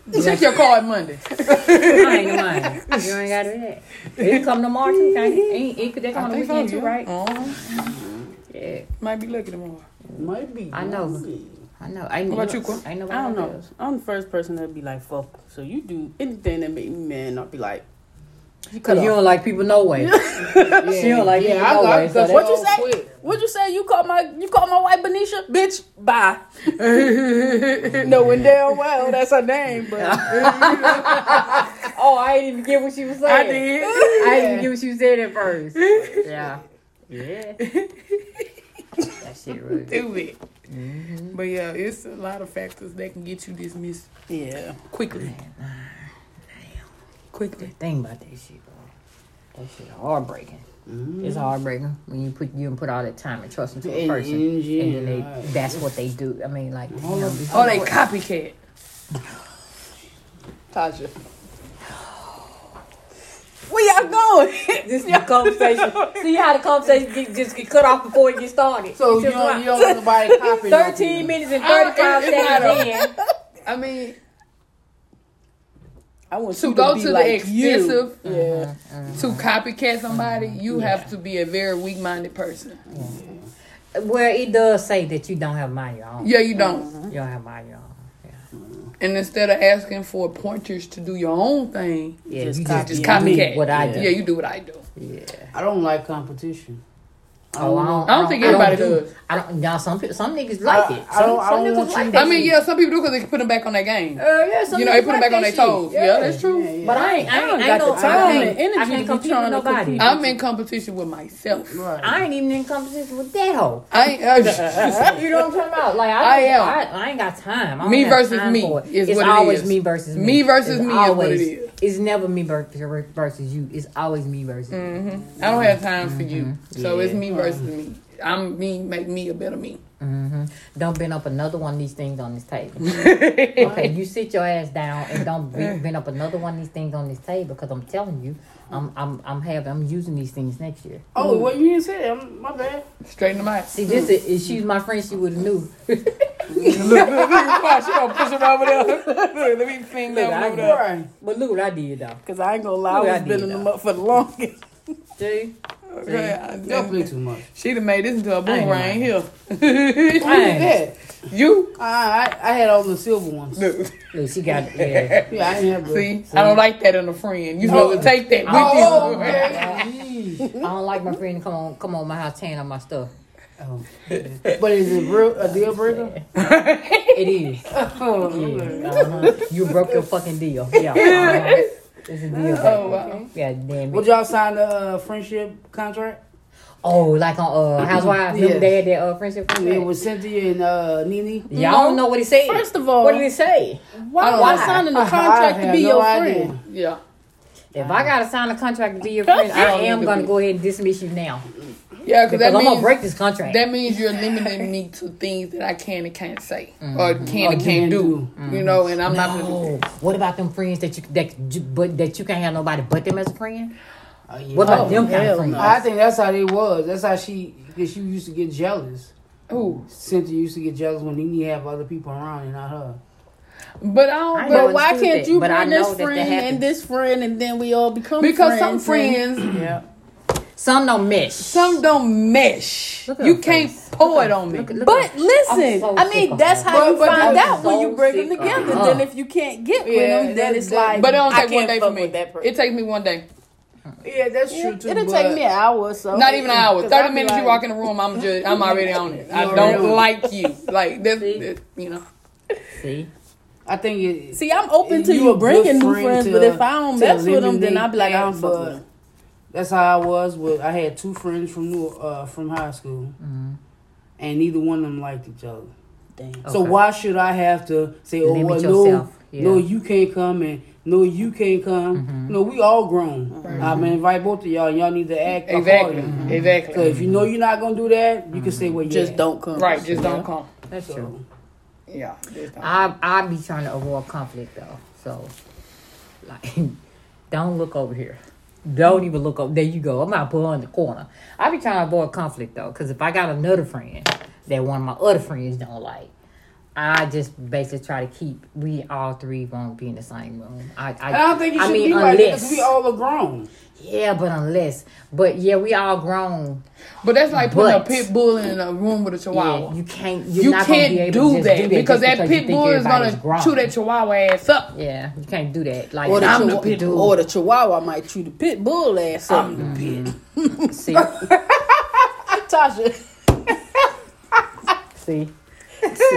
Speaker 1: Mm-hmm.
Speaker 3: Check your card Monday.
Speaker 1: <laughs> I ain't lying. You ain't got to do that. It come tomorrow too, can't it? Ain't, it could they come on the weekend too, right?
Speaker 3: Uh-huh.
Speaker 1: Yeah,
Speaker 3: Might be lucky tomorrow.
Speaker 2: Might be.
Speaker 1: I know. I know. Ain't,
Speaker 3: What about you, Quinn?
Speaker 1: Ain't nobody
Speaker 4: I don't know.
Speaker 1: else.
Speaker 4: I'm the first person that'd be like, fuck. So you do anything that make me mad, and I'll be like, you cut
Speaker 1: Cause you
Speaker 4: off.
Speaker 1: don't like people no way. she don't like
Speaker 2: Yeah, I
Speaker 1: people no
Speaker 2: like
Speaker 1: way.
Speaker 2: that.
Speaker 1: So that,
Speaker 4: What you say? What you say? You call my you call my wife Benicia, bitch. Bye. <laughs> Knowing damn well that's her name,
Speaker 1: <laughs>
Speaker 4: but
Speaker 1: oh, I didn't even get what she was saying.
Speaker 3: I did.
Speaker 1: I didn't get what she was saying at first. Yeah. Yeah. <laughs> that shit rude.
Speaker 3: Do it.
Speaker 1: Mm-hmm.
Speaker 3: But yeah, it's a lot of factors that can get you dismissed
Speaker 4: <laughs> yeah.
Speaker 3: quickly.
Speaker 1: Mm-hmm. Quickly. Think about that shit, bro. That shit heartbreaking. It's heartbreaking when you put you and put all that time and trust into a
Speaker 2: And-
Speaker 1: person,
Speaker 2: and
Speaker 1: and,
Speaker 2: yeah,
Speaker 1: then they
Speaker 2: right.
Speaker 1: that's what they do. I mean, like damn.
Speaker 3: Oh, they copycat.
Speaker 4: Tasha. Where y'all <laughs> going?
Speaker 1: this is the conversation. See how the conversation get, just get cut off before it gets started.
Speaker 2: So
Speaker 1: It's
Speaker 2: you
Speaker 1: just
Speaker 2: don't,
Speaker 1: like
Speaker 2: you don't want <laughs> nobody copying.
Speaker 1: Thirteen minutes and thirty-five
Speaker 3: I- it's not
Speaker 1: seconds in.
Speaker 3: I mean,
Speaker 4: I want
Speaker 3: to
Speaker 4: you
Speaker 3: go
Speaker 4: be
Speaker 3: to
Speaker 4: like
Speaker 3: the
Speaker 4: you. Mm-hmm,
Speaker 3: excessive,
Speaker 1: mm-hmm.
Speaker 3: to copycat somebody, you have to be a very weak-minded person.
Speaker 1: Well, it does say that you don't have mind your own.
Speaker 3: Yeah, you don't.
Speaker 1: You don't have mind your own. Yeah,
Speaker 3: And instead of asking for pointers to do your own thing,
Speaker 1: yeah
Speaker 4: Just
Speaker 1: you
Speaker 4: copy
Speaker 1: just,
Speaker 3: just
Speaker 1: do
Speaker 3: copycat.
Speaker 1: what I
Speaker 3: yeah.
Speaker 1: do.
Speaker 3: you do what I do.
Speaker 1: Yeah.
Speaker 2: I don't like competition.
Speaker 1: Oh, I don't,
Speaker 3: I don't think everybody does.
Speaker 1: I don't. Y'all, some people, some niggas like
Speaker 2: I-
Speaker 1: it. Some,
Speaker 2: I don't- I
Speaker 1: some
Speaker 2: don't
Speaker 1: niggas
Speaker 2: want you-
Speaker 1: like that.
Speaker 3: I mean,
Speaker 1: shit.
Speaker 3: yeah, some people do because they put them back on their game.
Speaker 1: Uh, yeah, some
Speaker 3: you know,
Speaker 1: niggas
Speaker 3: they put
Speaker 1: like
Speaker 3: them back on
Speaker 1: that
Speaker 3: their
Speaker 1: shit.
Speaker 3: toes. Yeah, that's true.
Speaker 2: Yeah,
Speaker 1: But I ain't, I
Speaker 4: I
Speaker 1: ain't,
Speaker 4: don't
Speaker 1: I
Speaker 4: got
Speaker 1: ain't no
Speaker 4: the time
Speaker 1: time
Speaker 4: and energy
Speaker 1: I
Speaker 4: to
Speaker 1: can't
Speaker 4: be
Speaker 1: compete
Speaker 4: trying
Speaker 1: with
Speaker 4: to
Speaker 1: nobody.
Speaker 4: compete.
Speaker 3: I'm in competition with myself.
Speaker 2: Right.
Speaker 1: I ain't even in competition with that hoe.
Speaker 3: I ain't,
Speaker 1: <laughs>
Speaker 3: I,
Speaker 1: You know what I'm talking about? Like
Speaker 3: I
Speaker 1: I, don't-
Speaker 3: am.
Speaker 1: I, I ain't got time. I don't
Speaker 3: Me
Speaker 1: have
Speaker 3: versus
Speaker 1: time
Speaker 3: me
Speaker 1: for it.
Speaker 3: is
Speaker 1: it's
Speaker 3: what it
Speaker 1: always
Speaker 3: is.
Speaker 1: me versus me.
Speaker 3: Me versus me is what it is.
Speaker 1: It's never me ver- versus you. It's always me versus.
Speaker 3: Mm.
Speaker 1: you.
Speaker 3: I don't have time for you. So it's
Speaker 1: Yeah.
Speaker 3: me versus me. I'm me, make me a better me.
Speaker 1: Mm-hmm. Don't bend up another one of these things on this
Speaker 3: <laughs>
Speaker 1: table. okay, you sit your ass down and don't be- bend up another one of these things on this table because I'm telling you, I'm I'm I'm having I'm using these things next year.
Speaker 2: Oh, what you didn't say? I'm, my bad.
Speaker 3: Straighten them out.
Speaker 1: See, this is, if she's my friend, she would have knew.
Speaker 2: look, look, look, look, she gonna push him over there. Look, let me finger
Speaker 1: Look,
Speaker 2: him
Speaker 1: I
Speaker 2: over
Speaker 1: know.
Speaker 2: there.
Speaker 1: But look what I did though.
Speaker 4: Cause I ain't gonna lie,
Speaker 1: Look, I
Speaker 4: I was
Speaker 1: did
Speaker 4: bending
Speaker 1: that.
Speaker 4: them up for the longest.
Speaker 1: See?
Speaker 3: Yeah,
Speaker 2: Don't play too much.
Speaker 3: She'd have made this into a boomerang
Speaker 1: lying.
Speaker 3: here. <laughs>
Speaker 2: What is
Speaker 1: Dang.
Speaker 2: that?
Speaker 3: You
Speaker 2: I, I I had all the silver ones.
Speaker 3: look,
Speaker 1: Look, she got yeah.
Speaker 2: Yeah, I didn't have the.
Speaker 3: see, I don't like that in a friend. You supposed to take that with
Speaker 2: Oh,
Speaker 3: <laughs> you.
Speaker 2: okay.
Speaker 1: I don't like my friend to come on come on my house tearing up my stuff.
Speaker 2: Oh. But is it real a deal breaker?
Speaker 1: It is.
Speaker 2: Oh, okay.
Speaker 1: Yeah. Uh-huh. You broke your fucking deal. Yeah. Uh-huh. It's a deal. baby.
Speaker 3: Oh wow.
Speaker 1: Yeah, damn
Speaker 2: Would
Speaker 1: it.
Speaker 2: y'all sign the uh, friendship contract?
Speaker 1: Oh, like on uh Housewives,
Speaker 2: Yeah.
Speaker 1: yeah. they had that uh friendship
Speaker 2: It
Speaker 1: contract.
Speaker 2: was Cynthia and uh, Nene.
Speaker 1: Y'all don't know what he said.
Speaker 4: First of all, Oh,
Speaker 1: what did he say?
Speaker 4: why, why signing a
Speaker 2: I- I
Speaker 4: contract to
Speaker 2: have
Speaker 4: be
Speaker 2: no
Speaker 4: your
Speaker 2: idea.
Speaker 4: friend?
Speaker 3: Yeah.
Speaker 1: If I gotta sign a contract to be your friend,
Speaker 3: I
Speaker 1: I
Speaker 3: don't
Speaker 1: am
Speaker 3: need to
Speaker 1: gonna
Speaker 3: be.
Speaker 1: go ahead and dismiss you now.
Speaker 3: Yeah,
Speaker 1: Because
Speaker 3: because that
Speaker 1: I'm gonna
Speaker 3: means
Speaker 1: break this contract.
Speaker 3: that means you're limiting me to things that I can and can't say
Speaker 1: Mm.
Speaker 3: or can
Speaker 2: Or
Speaker 3: and
Speaker 2: can
Speaker 3: can't do.
Speaker 2: do.
Speaker 3: You know, and I'm not. Gonna,
Speaker 1: No. What about them friends that you that you, but that you can't have nobody but them as a friend?
Speaker 2: Oh, yeah.
Speaker 1: What about them kind of
Speaker 4: hell
Speaker 1: friends?
Speaker 4: no.
Speaker 2: I think that's how they was. That's how she, because she used to get jealous.
Speaker 3: Ooh.
Speaker 2: Cynthia used to get jealous when Nene have other people around and not her.
Speaker 3: But I don't.
Speaker 1: I
Speaker 3: but
Speaker 1: know
Speaker 4: But why
Speaker 1: understood
Speaker 4: can't
Speaker 1: that,
Speaker 4: you
Speaker 1: but I
Speaker 4: bring
Speaker 1: know
Speaker 4: this
Speaker 1: that that
Speaker 4: friend
Speaker 1: happens.
Speaker 4: and this friend and then we all become
Speaker 3: because some
Speaker 4: friends and-
Speaker 3: friends,
Speaker 2: Yeah.
Speaker 1: Some don't mesh.
Speaker 3: some don't mesh.
Speaker 1: Look at
Speaker 3: You
Speaker 1: her
Speaker 3: can't
Speaker 1: face.
Speaker 3: pour it on me.
Speaker 1: Look- look-
Speaker 4: But listen,
Speaker 1: I'm so
Speaker 4: I
Speaker 1: sick
Speaker 4: mean
Speaker 1: of
Speaker 4: that's
Speaker 1: her.
Speaker 4: how you
Speaker 3: But- but
Speaker 4: find
Speaker 3: I'm
Speaker 4: out when
Speaker 1: so
Speaker 4: you bring them
Speaker 1: sick of
Speaker 4: together.
Speaker 1: her.
Speaker 4: Then if you can't get with
Speaker 2: Yeah,
Speaker 4: them, then
Speaker 2: that-
Speaker 4: it's
Speaker 2: that-
Speaker 4: like
Speaker 3: but it don't
Speaker 4: I
Speaker 3: take one
Speaker 4: can't
Speaker 3: day for
Speaker 4: fuck
Speaker 3: me.
Speaker 4: with that person.
Speaker 3: It takes me one day.
Speaker 2: Yeah, that's true too.
Speaker 4: It'll take me an hour or so.
Speaker 3: Not even an hour.
Speaker 4: 'Cause I'd
Speaker 3: Thirty
Speaker 4: be
Speaker 3: minutes.
Speaker 4: like,
Speaker 3: you walk in the room. I'm just. I'm already on it. I
Speaker 2: You're
Speaker 3: don't
Speaker 2: already on it.
Speaker 3: like you. Like that's. That, you know.
Speaker 1: See,
Speaker 2: I think it.
Speaker 4: See, I'm open to
Speaker 2: You
Speaker 4: you,
Speaker 2: a good
Speaker 4: bringing new
Speaker 2: friend
Speaker 4: friends,
Speaker 2: to-
Speaker 4: but if I don't
Speaker 2: to
Speaker 4: mess with them, then
Speaker 2: eliminate
Speaker 4: I'll be like, I don't
Speaker 2: that,
Speaker 4: fuck
Speaker 2: but-
Speaker 4: with them.
Speaker 2: That's how I was. With I had two friends from new uh, from high school, and neither one of them liked each other.
Speaker 4: Damn.
Speaker 2: So
Speaker 1: Okay.
Speaker 2: why should I have to say, oh,
Speaker 1: Limit
Speaker 2: well, no,
Speaker 1: yourself, yeah.
Speaker 2: no, you can't come, and no, you can't come. No, we all grown. I'm gonna invite both of y'all. Y'all need to act
Speaker 3: Exactly.
Speaker 2: accordingly.
Speaker 3: Exactly.
Speaker 2: So if you know you're not gonna do that, you can say, well,
Speaker 4: Just
Speaker 2: yeah.
Speaker 4: don't come.
Speaker 3: Right. Just don't come.
Speaker 1: that's
Speaker 2: So,
Speaker 1: true.
Speaker 3: Yeah. Just don't.
Speaker 1: I I be trying to avoid conflict though, so <laughs> like, don't look over here. Don't even look over. There you go. I'm not pulling the corner. I be trying to avoid conflict though, because if I got another friend that one of my other friends don't like, I just basically try to keep we all three won't be in the same room. I I,
Speaker 2: And I don't think you should
Speaker 1: mean,
Speaker 2: be like that because
Speaker 1: unless
Speaker 2: we all are grown.
Speaker 1: yeah, but unless but yeah, we all grown.
Speaker 3: But that's like putting
Speaker 1: But-
Speaker 3: a pit bull in a room with a chihuahua.
Speaker 1: Yeah, you can't. You're
Speaker 3: you
Speaker 1: not gonna be
Speaker 3: can't
Speaker 1: able
Speaker 3: do
Speaker 1: to just
Speaker 3: that,
Speaker 1: do that
Speaker 3: because
Speaker 1: just
Speaker 3: that pit
Speaker 1: you think
Speaker 3: bull is
Speaker 1: everybody's
Speaker 3: gonna
Speaker 1: grown.
Speaker 3: chew that chihuahua ass up.
Speaker 1: Yeah, you can't do that. Like
Speaker 4: Or the,
Speaker 1: I'm
Speaker 4: chihu-
Speaker 1: the pit bull.
Speaker 4: or the chihuahua might chew the pit bull ass
Speaker 1: <laughs>
Speaker 4: up. I'm <laughs> the pit.
Speaker 1: Mm. See,
Speaker 4: Tasha,
Speaker 1: see.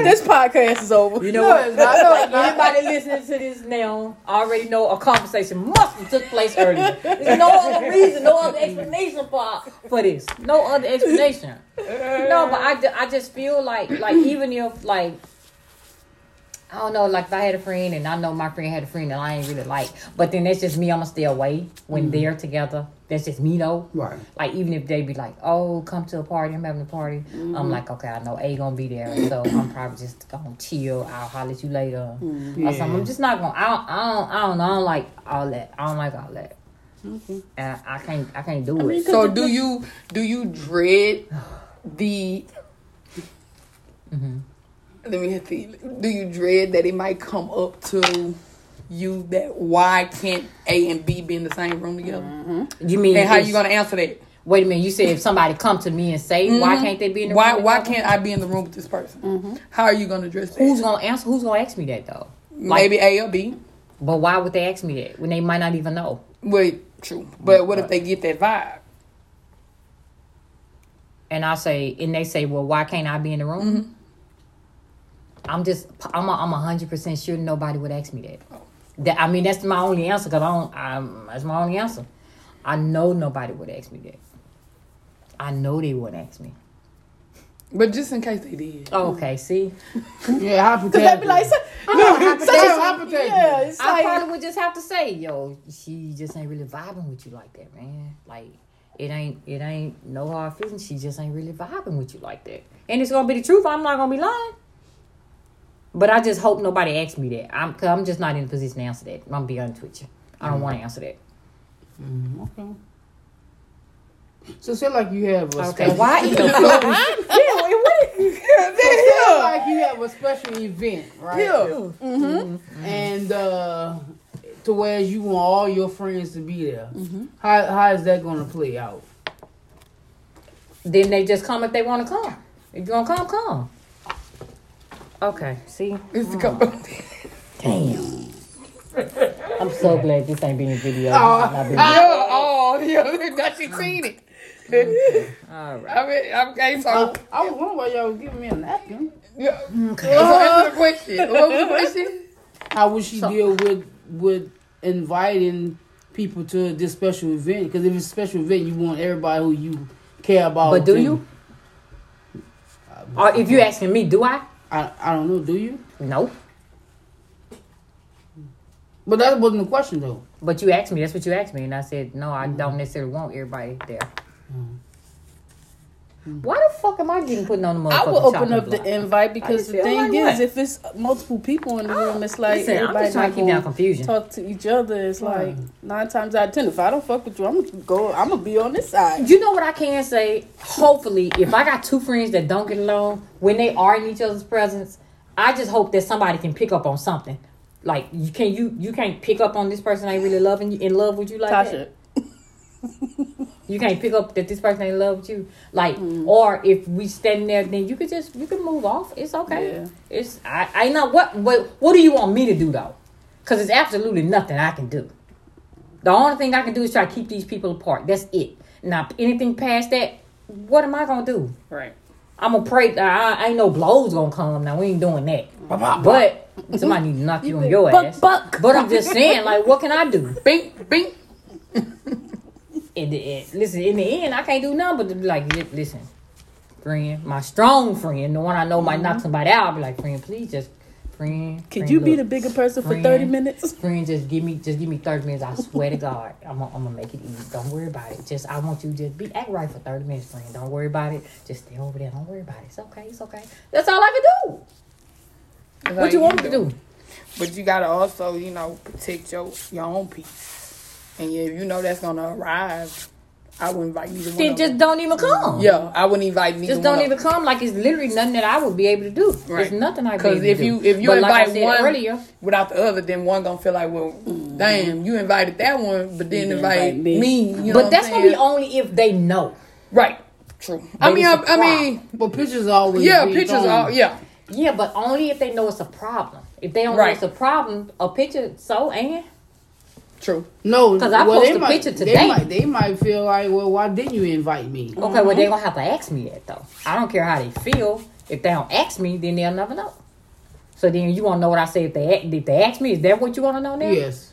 Speaker 4: this podcast is over.
Speaker 1: You know what? I
Speaker 4: <laughs>
Speaker 1: know anybody listening to this now already know a conversation must have took place earlier. There's no other reason, no other explanation for for this. No other explanation. No, but I, ju- I just feel like like even if like I don't know, like if I had a friend and I know my friend had a friend that I ain't really like, but then that's just me. I'ma stay away when they're together. That's just me though.
Speaker 2: Right.
Speaker 1: Like even if they be like, "Oh, come to a party, I'm having a party," I'm like, "Okay, I know A gonna be there, so I'm probably just gonna chill. I'll holler at you later
Speaker 2: Mm-hmm.
Speaker 1: or something." I'm just not gonna. I don't, I don't. I don't. know. I don't like all that. I don't like all that. And I can't. I can't do it. <laughs>
Speaker 3: So do you do you dread the?
Speaker 1: Mm-hmm.
Speaker 3: Let me hit the. Do you dread that it might come up to you that why can't A and B be in the same room together?
Speaker 1: You mean?
Speaker 3: And how
Speaker 1: if-
Speaker 3: you gonna answer that?
Speaker 1: Wait a minute. You said if somebody come to me and say, "Why can't they be in the
Speaker 3: Why
Speaker 1: room
Speaker 3: why
Speaker 1: together?" Mm-hmm.
Speaker 3: can't I be in the room with this person? How are you gonna address that?
Speaker 1: Who's gonna answer? Who's gonna ask me that though? Like,
Speaker 3: Maybe A or B.
Speaker 1: but why would they ask me that when they might not even know?
Speaker 3: Wait, true. But what if they get that vibe?
Speaker 1: and I say, and they say, well, why can't I be in the room? I'm just, I'm, a, I'm hundred percent sure nobody would ask me that. That I mean, that's my only answer because I don't. I'm, that's my only answer. I know nobody would ask me that. I know they wouldn't ask me.
Speaker 3: But just in case they did.
Speaker 1: Okay, see,
Speaker 2: Yeah, hot <laughs>
Speaker 4: Cause
Speaker 2: potato.
Speaker 4: that'd be like, so,
Speaker 2: Potato, hot potato.
Speaker 4: yeah, it's
Speaker 1: I
Speaker 4: like,
Speaker 1: probably would just have to say, yo, she just ain't really vibing with you like that, man. Like it ain't, it ain't no hard feelings. She just ain't really vibing with you like that. And it's gonna be the truth. I'm not gonna be lying. But I just hope nobody asks me that. I'm, cause I'm just not in a position to answer that. I'm gonna be honest with you. I don't want to answer that.
Speaker 2: Mm, okay. So say like you have a
Speaker 1: Okay, <laughs>
Speaker 2: <laughs> special-
Speaker 1: why? yeah, what?
Speaker 2: so sound like you have a special event, right?
Speaker 4: Yeah.
Speaker 2: Mm-hmm.
Speaker 1: Mm-hmm.
Speaker 2: And uh, to where you want all your friends to be there.
Speaker 1: Mm-hmm.
Speaker 2: How how is that going to play out?
Speaker 1: Then they just come if they want to come. If you gonna come, come. Okay, see?
Speaker 4: It's the
Speaker 1: Oh.
Speaker 4: couple.
Speaker 1: <laughs> Damn. I'm so glad this ain't being a video.
Speaker 4: Ah.
Speaker 1: Not being-
Speaker 4: Yeah,
Speaker 3: <laughs>
Speaker 4: oh, yeah, that you seen it. Ah.
Speaker 1: All right.
Speaker 4: I mean, I'm okay, so
Speaker 2: I was wondering why y'all was giving me a napkin.
Speaker 1: Oh.
Speaker 4: yeah. So answer the question.
Speaker 1: <laughs>
Speaker 4: What was the question?
Speaker 2: How would she deal with with inviting people to this special event? Because if it's a special event, you want everybody who you care about.
Speaker 1: But do
Speaker 2: to-
Speaker 1: you?
Speaker 4: Uh,
Speaker 1: Or if you asking me, do I?
Speaker 2: I, I don't know. Do you?
Speaker 1: No.
Speaker 2: But that wasn't the question though.
Speaker 1: But you asked me. That's what you asked me, and I said no. I
Speaker 4: Mm-hmm.
Speaker 1: don't necessarily want everybody there. Why the fuck am I getting put on the motherfucking
Speaker 4: Mm-hmm. I will open
Speaker 1: chopping
Speaker 4: up
Speaker 1: block?
Speaker 4: the invite because
Speaker 1: just
Speaker 4: the
Speaker 1: feel
Speaker 4: thing
Speaker 1: like
Speaker 4: is,
Speaker 1: what?
Speaker 4: if it's multiple people in the room, it's like
Speaker 1: Listen, I'm
Speaker 4: everybody
Speaker 1: just trying to
Speaker 4: not
Speaker 1: keep down
Speaker 4: going to
Speaker 1: confusion.
Speaker 4: talk to each other. It's like nine times out of ten, if I don't fuck with you, I'm gonna go. I'm gonna be on this side.
Speaker 1: You know what I can say? Hopefully, if I got two friends that don't get along, when they are in each other's presence, I just hope that somebody can pick up on something. Like you can you you can't pick up on this person ain't really loving you in love with you like that.
Speaker 4: Tasha,
Speaker 1: You can't pick up that this person ain't loved you. Like, or if we standing there, then you could just you can move off. It's okay.
Speaker 4: Yeah.
Speaker 1: It's I I know what what what do you want me to do though? Because it's absolutely nothing I can do. The only thing I can do is try to keep these people apart. That's it. Now anything past that, what am I gonna do?
Speaker 4: right?
Speaker 1: I'm gonna pray. I, I ain't no blows gonna come. Now we ain't doing that. But somebody need to knock Uh-huh. you on your
Speaker 4: buck,
Speaker 1: ass.
Speaker 4: buck.
Speaker 1: But I'm just saying, like, what can I do?
Speaker 4: Bink, bink.
Speaker 1: in the end, listen, in the end, I can't do nothing but to be like, "Li- listen, friend, my strong friend, the one I know might knock somebody out. I'll be like, friend, please just, friend.
Speaker 4: Could
Speaker 1: friend,
Speaker 4: you be the
Speaker 1: look,
Speaker 4: bigger person for
Speaker 1: friend,
Speaker 4: thirty minutes? <laughs>
Speaker 1: Friend, just give me, just give me thirty minutes. I swear to God, I'm, gonna- I'm gonna make it easy. Don't worry about it. Just, I want you to just be act right for thirty minutes, friend. Don't worry about it. Just stay over there. Don't worry about it. It's okay. It's okay. That's all I can do.
Speaker 3: It's
Speaker 1: What
Speaker 3: like,
Speaker 1: you want me to
Speaker 3: know,
Speaker 1: do?
Speaker 3: But you gotta also, you know, protect your your own peace. And if you know that's gonna arrive, I wouldn't invite neither one.
Speaker 1: Then
Speaker 3: of
Speaker 1: just
Speaker 3: them.
Speaker 1: don't even come.
Speaker 3: yeah, I wouldn't invite neither
Speaker 1: Just
Speaker 3: one
Speaker 1: don't
Speaker 3: of
Speaker 1: even come. Like it's literally nothing that I would be able to do. There's
Speaker 3: Right.
Speaker 1: nothing I.
Speaker 3: Because
Speaker 1: Because
Speaker 3: if you if you
Speaker 1: but
Speaker 3: invite
Speaker 1: like I said
Speaker 3: one
Speaker 1: earlier,
Speaker 3: without the other, then one gonna feel like, well,
Speaker 1: Mm.
Speaker 3: damn, you invited that one, but didn't invite, me. You know
Speaker 1: but
Speaker 3: what
Speaker 1: that's
Speaker 3: I'm
Speaker 1: gonna be
Speaker 3: saying?
Speaker 1: only if they know.
Speaker 3: right. True. I
Speaker 1: They
Speaker 3: mean,
Speaker 1: was
Speaker 3: I, I
Speaker 1: surprised.
Speaker 3: mean,
Speaker 2: But pictures always.
Speaker 3: yeah,
Speaker 2: being
Speaker 3: pictures
Speaker 2: thrown.
Speaker 3: are yeah.
Speaker 1: Yeah, but only if they know it's a problem. If they don't know
Speaker 3: Right.
Speaker 1: it's a problem, a picture. So and
Speaker 3: True.
Speaker 2: No,
Speaker 1: 'Cause I
Speaker 2: well,
Speaker 1: post
Speaker 2: they
Speaker 1: a
Speaker 2: might-
Speaker 1: picture
Speaker 2: They
Speaker 1: today. Oh,
Speaker 2: might, they might feel like, well, why didn't you invite me?
Speaker 1: okay, well
Speaker 3: Mm-hmm.
Speaker 1: they gonna have to ask me that though. I don't care how they feel. If they don't ask me, then they'll never know. So then you wanna know what I say if they a- if they ask me? Is that what you wanna know now?
Speaker 2: Yes,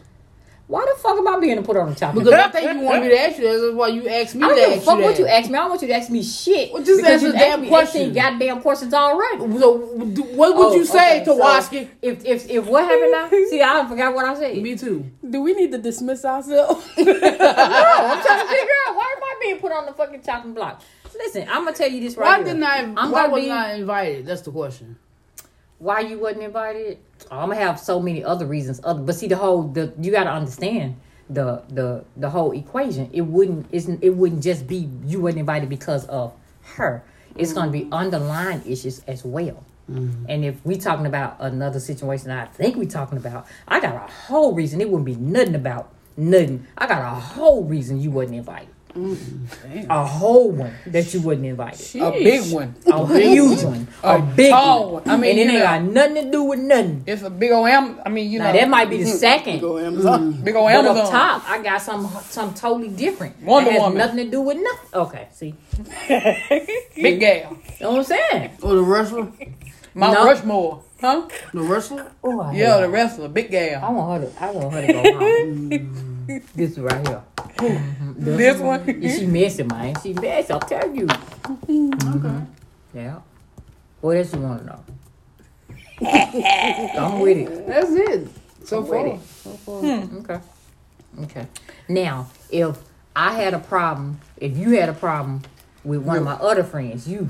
Speaker 1: Why the fuck am I being put on the chopping?
Speaker 2: because
Speaker 1: block?
Speaker 2: I think you want me to ask you. that. That's why you asked me
Speaker 1: I don't
Speaker 2: to
Speaker 1: give a
Speaker 2: ask
Speaker 1: fuck
Speaker 2: you
Speaker 1: what you
Speaker 2: that.
Speaker 1: ask me. I don't want you to ask me shit.
Speaker 2: Well, just
Speaker 1: because
Speaker 2: answer
Speaker 1: you
Speaker 2: that
Speaker 1: asked me
Speaker 2: question.
Speaker 1: 18 goddamn questions already.
Speaker 2: So, do- what would
Speaker 1: Oh,
Speaker 2: you say
Speaker 1: okay,
Speaker 2: to
Speaker 1: so
Speaker 2: Wasky?
Speaker 1: If if if what happened now? See, I forgot what I said.
Speaker 2: Me too.
Speaker 4: Do we need to dismiss
Speaker 1: <laughs>
Speaker 4: ourselves?
Speaker 1: Oh, I'm trying to figure out why am I being put on the fucking chopping block. Listen, I'm gonna tell you this right
Speaker 2: Why
Speaker 1: here.
Speaker 2: didn't I?
Speaker 1: I'm
Speaker 2: why
Speaker 1: gonna
Speaker 2: was
Speaker 1: be
Speaker 2: I invited? That's the question.
Speaker 1: why you wasn't invited. I'm gonna have so many other reasons. Other, but see the whole the you gotta understand the the the whole equation. It wouldn't isn't it wouldn't just be you wasn't invited because of her. It's gonna be underlying issues as well. And if we talking about another situation, I think we talking about. I got a whole reason. It wouldn't be nothing about nothing. I got a whole reason you wasn't invited. A whole one that you wasn't invited.
Speaker 3: A big one.
Speaker 1: A huge one. A,
Speaker 3: A
Speaker 1: big
Speaker 3: tall
Speaker 1: one.
Speaker 3: one. I mean,
Speaker 1: and it
Speaker 3: you
Speaker 1: ain't
Speaker 3: know-
Speaker 1: got nothing to do with nothing.
Speaker 3: It's a big old Am. I mean, you
Speaker 1: Now
Speaker 3: know,
Speaker 1: that might be the second.
Speaker 4: Go Amazon.
Speaker 3: big old
Speaker 1: But
Speaker 3: Amazon.
Speaker 1: up top, I got some some totally different.
Speaker 3: Wonder
Speaker 1: that has
Speaker 3: Woman.
Speaker 1: nothing to do with nothing. Okay, see,
Speaker 3: Big gal.
Speaker 1: you know what I'm saying?
Speaker 2: Oh, the wrestler,
Speaker 3: Mount
Speaker 1: No.
Speaker 3: Rushmore. Huh?
Speaker 2: the wrestler.
Speaker 1: Oh, I
Speaker 3: Yeah, the
Speaker 1: hate her.
Speaker 3: wrestler. Big
Speaker 1: I
Speaker 3: gal.
Speaker 1: want her to. I want her to go home.
Speaker 3: <laughs>
Speaker 1: this right here.
Speaker 3: This one.
Speaker 1: And she messy, man. She messy. I'll tell you.
Speaker 2: Okay.
Speaker 1: Yeah. What else you want to know? <laughs> I'm with it.
Speaker 2: That's it. So far.
Speaker 1: Wait. Okay. Okay. Now, if I had a problem, if you had a problem with one of my other friends, you,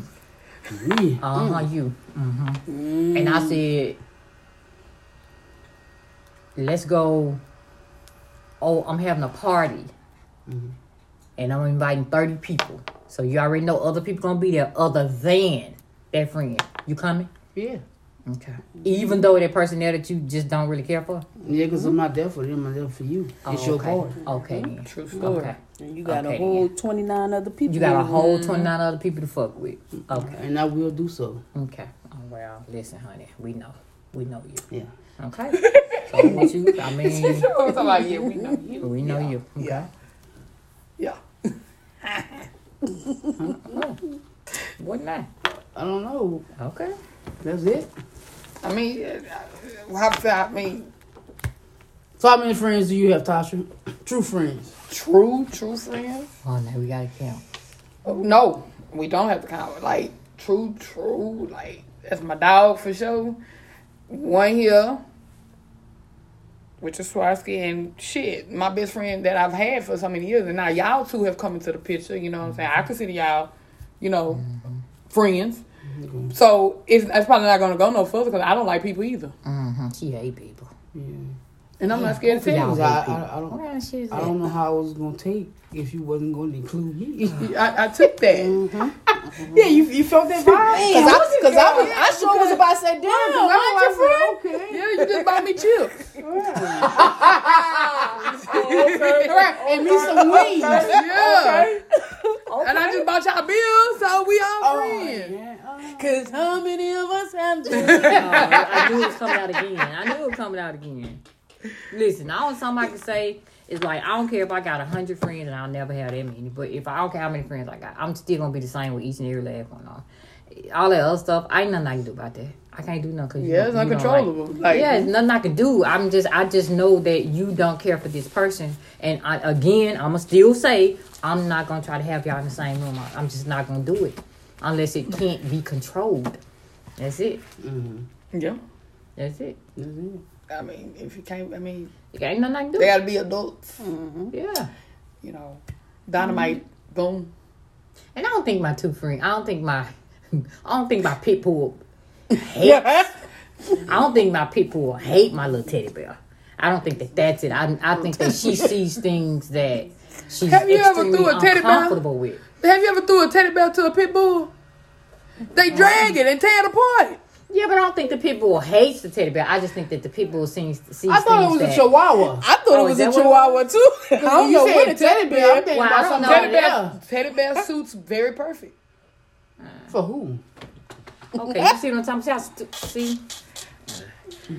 Speaker 2: Me.
Speaker 1: uh huh, you, mm-hmm. and I said, let's go. Oh, I'm having a party, and I'm inviting thirty people. So you already know other people gonna be there other than that friend. You coming?
Speaker 2: Yeah.
Speaker 1: Okay. Even though that person there that you just don't really care for.
Speaker 2: Yeah, because I'm not there for them. I'm there for you.
Speaker 1: Oh,
Speaker 2: it's your
Speaker 1: okay.
Speaker 2: part.
Speaker 1: Okay. then.
Speaker 3: True story.
Speaker 1: Okay.
Speaker 4: And you got
Speaker 1: Okay,
Speaker 4: a whole 29 other people.
Speaker 1: You got a
Speaker 4: in
Speaker 1: whole twenty nine other people to fuck with. Okay.
Speaker 2: And I will do so.
Speaker 1: Okay. Oh, well, listen, honey, we know, we know you.
Speaker 2: Yeah.
Speaker 1: Okay. <laughs> so what you? I mean,
Speaker 3: <laughs> I'm talking about, yeah, we know you.
Speaker 1: we know you. Okay.
Speaker 3: Yeah. Yeah.
Speaker 1: What not?
Speaker 2: I don't know.
Speaker 1: Okay.
Speaker 2: That's it.
Speaker 3: I mean, yeah, I- how about- I mean,
Speaker 2: So how many friends do you have, Tasha? True friends.
Speaker 3: true, true friends?
Speaker 1: Oh no, we gotta count.
Speaker 3: Oh, No, we don't have to count. Like, true, true. Like, that's my dog for sure. One here, which is Swarovski, and shit, my best friend that I've had for so many years. And now y'all two have come into the picture, you know what I'm saying? I consider y'all, you know, friends. So it's, it's probably not going to go no further because I don't like people either.
Speaker 1: Mm-hmm. She hate people.
Speaker 2: Yeah.
Speaker 3: And I'm not scared to tell
Speaker 1: Y'all
Speaker 3: you.
Speaker 2: 'Cause I, I, I
Speaker 1: What
Speaker 2: don't.
Speaker 1: kind of shit is
Speaker 2: I
Speaker 1: that?
Speaker 2: don't know how it was gonna take if you wasn't gonna include me.
Speaker 3: I, I took that.
Speaker 2: yeah, you, you felt that vibe.
Speaker 4: Because I, was- 'cause I, was- I sure was about to say, damn,
Speaker 3: Oh,
Speaker 4: why
Speaker 2: I
Speaker 4: your friend?
Speaker 2: said, okay.
Speaker 3: Yeah, you just buy me <laughs> chips. Right,
Speaker 2: And me some wings.
Speaker 3: Yeah. And I just bought y'all bills, so we all friends.
Speaker 4: Because how many of us have to?
Speaker 1: Oh, I knew it was coming out again. I knew it was coming out again. Listen, the only something I can say is like I don't care if I got a hundred friends and I'll never have that many. But if I don't care how many friends I got, I'm still gonna be the same with each and every last one. On all that other stuff, I ain't nothing I can do about that. I can't do nothing. 'cause you don't-
Speaker 3: Yeah, it's
Speaker 1: you don't
Speaker 3: uncontrollable.
Speaker 1: like-
Speaker 3: Like,
Speaker 1: yeah, it's nothing I can do. I'm just, I just know that you don't care for this person, and I, again, I'ma still say I'm not gonna try to have y'all in the same room. I- I'm just not gonna do it unless it can't be controlled. That's it.
Speaker 3: yeah.
Speaker 1: That's it.
Speaker 3: I mean, if you can't, I mean,
Speaker 1: You ain't nothing I can do.
Speaker 3: they gotta be adults.
Speaker 1: Yeah.
Speaker 3: You know, dynamite, boom.
Speaker 1: And I don't think my two friends, I don't think my, <laughs> I don't think my pit bull,
Speaker 3: Yeah.
Speaker 1: I don't think my pit bull hate my little teddy bear. I don't think that that's it. I, I think that
Speaker 3: <laughs>
Speaker 1: she sees things that she's
Speaker 3: Have you ever
Speaker 1: extremely
Speaker 3: threw a teddy bear?
Speaker 1: uncomfortable with.
Speaker 3: Have you ever threw a teddy bear to a pit bull? They drag it and tear it apart.
Speaker 1: Yeah, but I don't think the pit bull hates the teddy bear. I just think that the pit bull sees, sees
Speaker 2: <laughs> I thought it
Speaker 1: things
Speaker 2: was a
Speaker 1: that-
Speaker 2: chihuahua.
Speaker 4: I thought
Speaker 1: Oh,
Speaker 4: it
Speaker 1: is
Speaker 4: was
Speaker 1: that
Speaker 4: a
Speaker 1: what it
Speaker 3: <laughs>
Speaker 4: chihuahua too. I
Speaker 2: don't
Speaker 4: don't
Speaker 2: know
Speaker 4: know
Speaker 2: said
Speaker 4: what a teddy bear.
Speaker 2: I'm thinking
Speaker 1: Well, I don't
Speaker 2: about
Speaker 1: know.
Speaker 2: something
Speaker 3: Teddy
Speaker 2: teddy
Speaker 3: bear,
Speaker 2: bear.
Speaker 3: teddy bear suits very perfect.
Speaker 2: For who?
Speaker 1: Okay, you see what I'm talking about? See? how stu- See?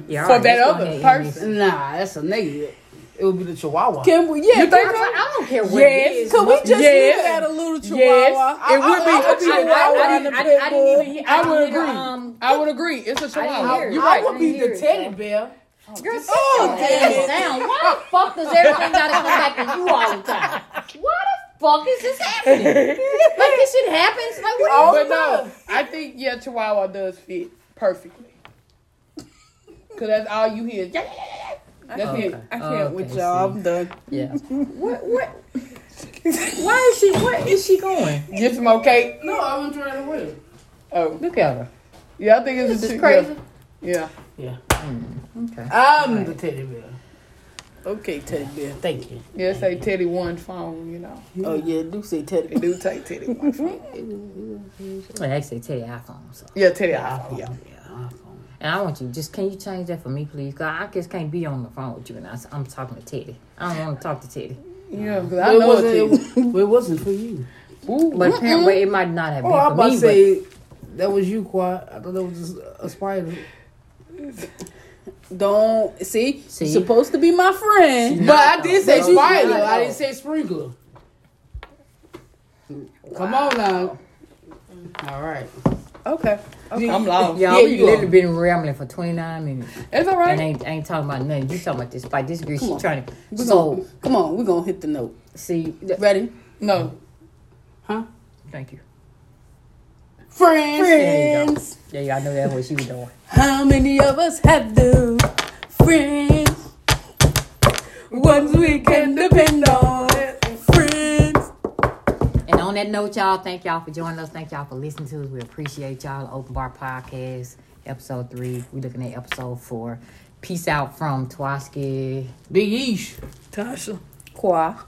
Speaker 1: Yeah,
Speaker 3: For
Speaker 1: all right,
Speaker 3: that
Speaker 1: let's go
Speaker 3: other
Speaker 1: ahead and
Speaker 3: person.
Speaker 1: listen.
Speaker 2: Nah, that's a negative. It would be the chihuahua.
Speaker 4: Can we, yeah,
Speaker 1: I, was like, I don't care what it is.
Speaker 4: Could we just
Speaker 3: Yes.
Speaker 4: leave it at a little chihuahua?
Speaker 3: Yes.
Speaker 4: I,
Speaker 3: It would be
Speaker 4: I,
Speaker 3: a
Speaker 4: I,
Speaker 1: I,
Speaker 3: chihuahua
Speaker 1: I,
Speaker 4: I,
Speaker 1: I,
Speaker 4: and a
Speaker 1: didn't- I,
Speaker 4: pit
Speaker 1: I
Speaker 4: bull.
Speaker 1: didn't even hear. I,
Speaker 3: I would
Speaker 1: didn't,
Speaker 3: agree.
Speaker 1: Um,
Speaker 3: I would agree. It's a
Speaker 1: hear
Speaker 3: chihuahua.
Speaker 1: it.
Speaker 3: You're
Speaker 2: I
Speaker 3: right.
Speaker 2: would be
Speaker 1: Here
Speaker 2: the
Speaker 1: it
Speaker 2: teddy bear.
Speaker 1: You're so damn down. Why the fuck does everything gotta come back to you all the time? Why the fuck is this happening?
Speaker 2: <laughs>
Speaker 1: Like this shit happens. Like what? Are you-
Speaker 3: But no, I think yeah, Chihuahua does fit perfectly. <laughs> Cause that's all you hear. That's it.
Speaker 4: I can't
Speaker 1: Oh, Okay,
Speaker 4: with
Speaker 1: see.
Speaker 4: y'all. I'm done.
Speaker 1: Yeah.
Speaker 4: What? What?
Speaker 1: Why is she? Where is she going?
Speaker 3: Get some okay.
Speaker 2: No, I wouldn't throw it away.
Speaker 3: Oh,
Speaker 1: Look at her.
Speaker 3: yeah, I think it's a
Speaker 1: This
Speaker 3: chi-
Speaker 1: is crazy. Um,
Speaker 3: Yeah.
Speaker 2: Yeah.
Speaker 1: Okay.
Speaker 2: I'm the teddy bear.
Speaker 4: Okay, teddy bear.
Speaker 2: Thank you.
Speaker 3: yeah, yeah. It say Teddy one phone. You know,
Speaker 4: Oh yeah, do say teddy.
Speaker 3: it do take Teddy one phone.
Speaker 1: Well, actually, tell your iPhone. So.
Speaker 3: Yeah, Teddy iPhone. Yeah.
Speaker 1: And I want you just can you change that for me, please? Cause I just can't be on the phone with you, and I, am talking to Teddy. I don't want to talk to Teddy.
Speaker 3: Yeah, 'cause I
Speaker 2: It
Speaker 3: know
Speaker 2: wasn't,
Speaker 3: Teddy.
Speaker 2: it, it wasn't for you.
Speaker 1: But apparently, it might not have been
Speaker 2: <laughs> Oh, I'm
Speaker 1: for
Speaker 2: about
Speaker 1: me.
Speaker 2: to
Speaker 1: but-
Speaker 2: say that was you, Quad. I thought that was just a spider.
Speaker 4: Don't see.
Speaker 1: See?
Speaker 4: You're supposed to be my
Speaker 2: <laughs>
Speaker 4: friend.
Speaker 2: But I did say
Speaker 1: No, she's
Speaker 2: spider.
Speaker 1: not,
Speaker 2: I
Speaker 1: though.
Speaker 2: didn't say sprinkler. Come on now. All right.
Speaker 4: oh, Okay.
Speaker 3: I'm
Speaker 1: Y'all,
Speaker 3: lost.
Speaker 2: Yeah,
Speaker 1: we
Speaker 2: you
Speaker 1: literally
Speaker 2: are.
Speaker 1: been rambling for 29 minutes.
Speaker 3: It's all
Speaker 1: And
Speaker 3: right.
Speaker 1: ain't, ain't talking about nothing. You talking about this fight. This girl, she
Speaker 4: on.
Speaker 1: trying to.
Speaker 4: We're
Speaker 1: So,
Speaker 4: gonna, come on, we're gonna hit the note.
Speaker 1: see. th-
Speaker 4: Ready?
Speaker 3: No,
Speaker 2: Huh?
Speaker 1: Thank you.
Speaker 2: Friends.
Speaker 1: you go.
Speaker 4: Friends.
Speaker 1: Yeah, y'all know that's what she was doing.
Speaker 4: How many of us have them friends? Ones we can depend on. Friends.
Speaker 1: And on that note, y'all, thank y'all for joining us. Thank y'all for listening to us. We appreciate y'all. Open Bar Podcast, episode three. We're looking at episode four. Peace out from Twaski.
Speaker 2: Big Eesh.
Speaker 3: Tasha.
Speaker 4: Qua.